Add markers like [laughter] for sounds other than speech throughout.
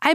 I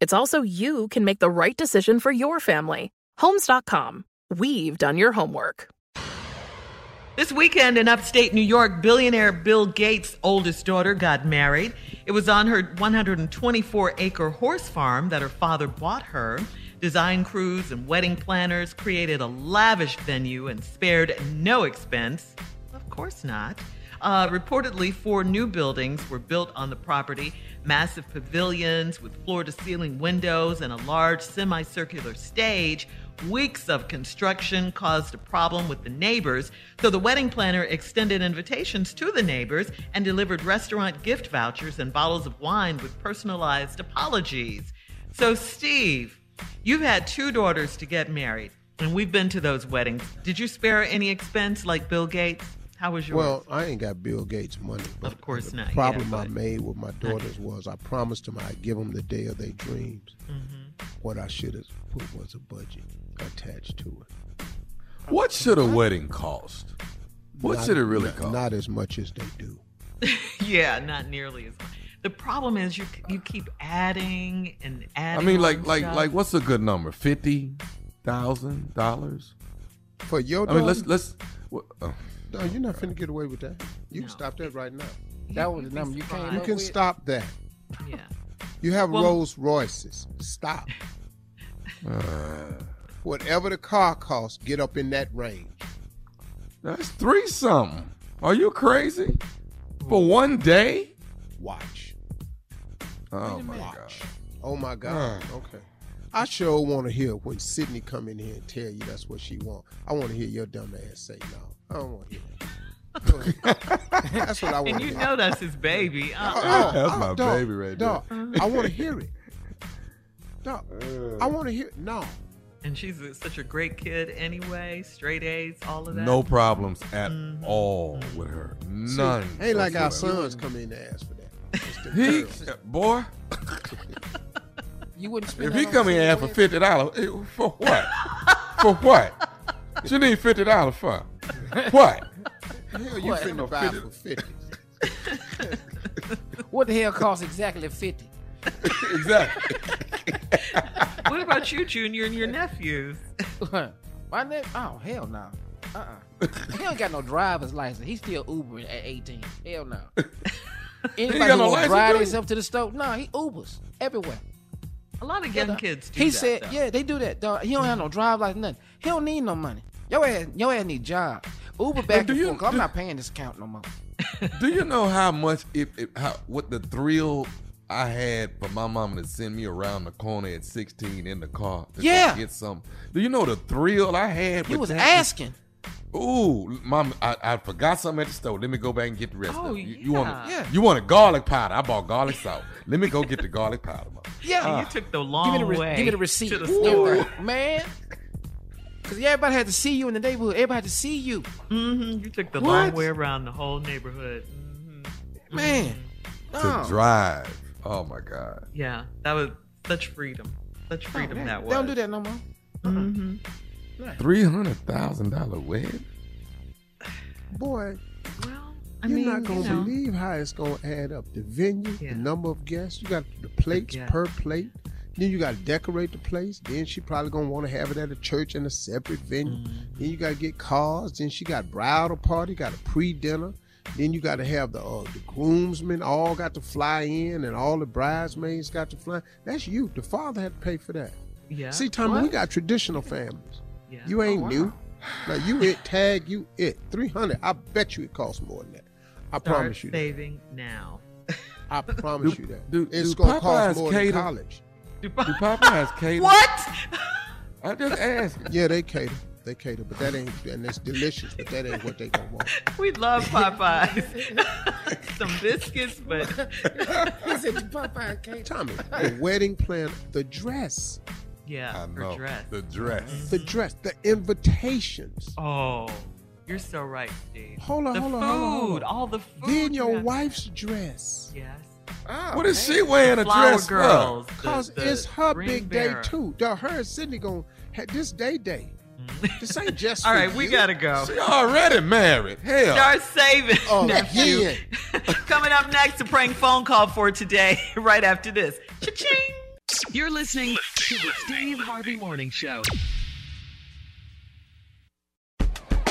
It's also you can make the right decision for your family. Homes.com. We've done your homework. This weekend in upstate New York, billionaire Bill Gates' oldest daughter got married. It was on her 124 acre horse farm that her father bought her. Design crews and wedding planners created a lavish venue and spared no expense. Of course not. Uh, reportedly, four new buildings were built on the property massive pavilions with floor to ceiling windows and a large semicircular stage. Weeks of construction caused a problem with the neighbors, so the wedding planner extended invitations to the neighbors and delivered restaurant gift vouchers and bottles of wine with personalized apologies. So, Steve, you've had two daughters to get married, and we've been to those weddings. Did you spare any expense like Bill Gates? How was yours? Well, I ain't got Bill Gates money. But Of course the not, yeah, problem I but- made with my daughters was I promised them I'd give them the day of their dreams. Mm-hmm. What I should have put was a budget attached to it. What should a wedding cost? What Not- should it really not- cost? Not as much as they do. [laughs] yeah, not nearly as much. The problem is you you keep adding and I adding. mean, on like, like, stuff. like, what's a good number? Fifty thousand dollars? For your I daughter, mean, let's let's. wha- oh. no, you're not finna get away with that. You No. can stop that right now. That was the number you came You up can with. stop that. yeah. You have Well- Rolls Royces. Stop. uh, Whatever the car costs, get up in that range. That's three something. Are you crazy? For one day? Watch. Oh my god. Watch. Oh my God. Mm. Okay. I sure want to hear when Sydney come in here and tell you that's what she want. I want to hear your dumb ass say no. I don't oh, want to hear that. [laughs] [laughs] that's what I want. And to you hear. know that's his [laughs] baby. Uh-uh. [laughs] Oh, That's oh, my dog, baby right dog, I want to hear it. Dog, I want to hear. No, And she's a- such a great kid anyway. Straight A's, all of that. [laughs] Mm-hmm. No problems at all with her. None. ain't like our whatsoever. sons come in to ask for that. It's the He girls. boy, You wouldn't spend if that [laughs] he on come in here single women. for fifty dollars, eh, [laughs] [laughs] for what? for what? She need fifty dollars for what? Hell, you finna buy for fifty. [laughs] What the hell costs exactly fifty? exactly. [laughs] What about you, Junior, and your [laughs] nephews? Uh, My name? Oh hell no. Uh [laughs] uh he don't got no driver's license. He's still Ubering at eighteen. Hell [laughs] no. Anybody got who no will license, drive dude? himself to the store? No, he Ubers everywhere. A lot of young kids do he that, said, though. "Yeah, they do that. Dog. He don't have no drive like nothing. He don't need no money. Yo ass, yo ass need job. Uber back do and you- forth. 'cause I'm do- not paying this count no more. Do you know how much it, it how what the thrill I had for my mama to send me around the corner at 16 in the car to go Yeah. get something? Do you know the thrill I had? He with was that? asking. Ooh, mom, I, I forgot something at the store. Let me go back and get the rest Oh, of it. You, you want yeah. Yeah. you want a garlic powder? I bought garlic salt. Let me go get the garlic powder, mom. [laughs] Yeah, you took the long give me the re- way. give me the receipt, To the Ooh, store. man. Because everybody had to see you in the neighborhood. Everybody had to see you, Mhm, You took the What? long way around the whole neighborhood. hmm man. No. To drive. Oh my God. Yeah, that was such freedom. Such Oh, No, freedom they- that was. They Oh, don't do that no more. hmm Three hundred thousand dollar wedding. Boy, Well, I you're mean, not gonna you know, believe how it's gonna add up. The venue, Yeah. the number of guests, you got the plates Yeah. per plate. Then you gotta decorate the place. Then she probably gonna want to have it at a church in a separate venue. Mm-hmm. Then you gotta get cars. Then she got bridal party, got a pre-dinner. Then you gotta have the uh, the groomsmen all got to fly in, and all the bridesmaids got to fly. That's you. The father had to pay for that. yeah. See, Tommy, we got traditional families. Yeah. Oh, You ain't new. Now you it tag you it three hundred. I bet you it costs more than that. I Start promise you. That. saving now. [laughs] I promise Do- you that. do- it's do gonna Popeyes cost more cater- than college. Do Popeyes [laughs] cater? What? I just asked. Yeah, they cater. They cater, but that ain't and it's delicious, but that ain't what they gonna want. We love Popeyes. [laughs] Some biscuits, [laughs] but He said, Popeye can't. Tommy, the [laughs] wedding plan, the dress, yeah, I her know dress. the dress. the dress, the invitations. Oh, you're so right, Steve. Hold on, the hold on, food, hold on, hold on. all the food. Then your you have to wife's have. dress. Yes. what is she wearing a Flower dress girls. the- Cause the it's her green big bearer. day too. The, her and Sydney gonna have this day day. This ain't just All for right, we you. gotta go. for? She already married. Hell. Start saving. [laughs] Oh, nephew. yeah. [laughs] Coming up next, a prank phone call for today, [laughs] right after this. Cha-ching! You're listening to the Steve Harvey Morning Show.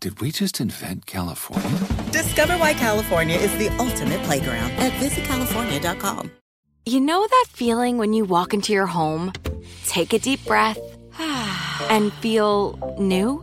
Did we just invent California? Discover why California is the ultimate playground at visitcalifornia.com. You know that feeling when you walk into your home, take a deep breath, and feel new?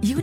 You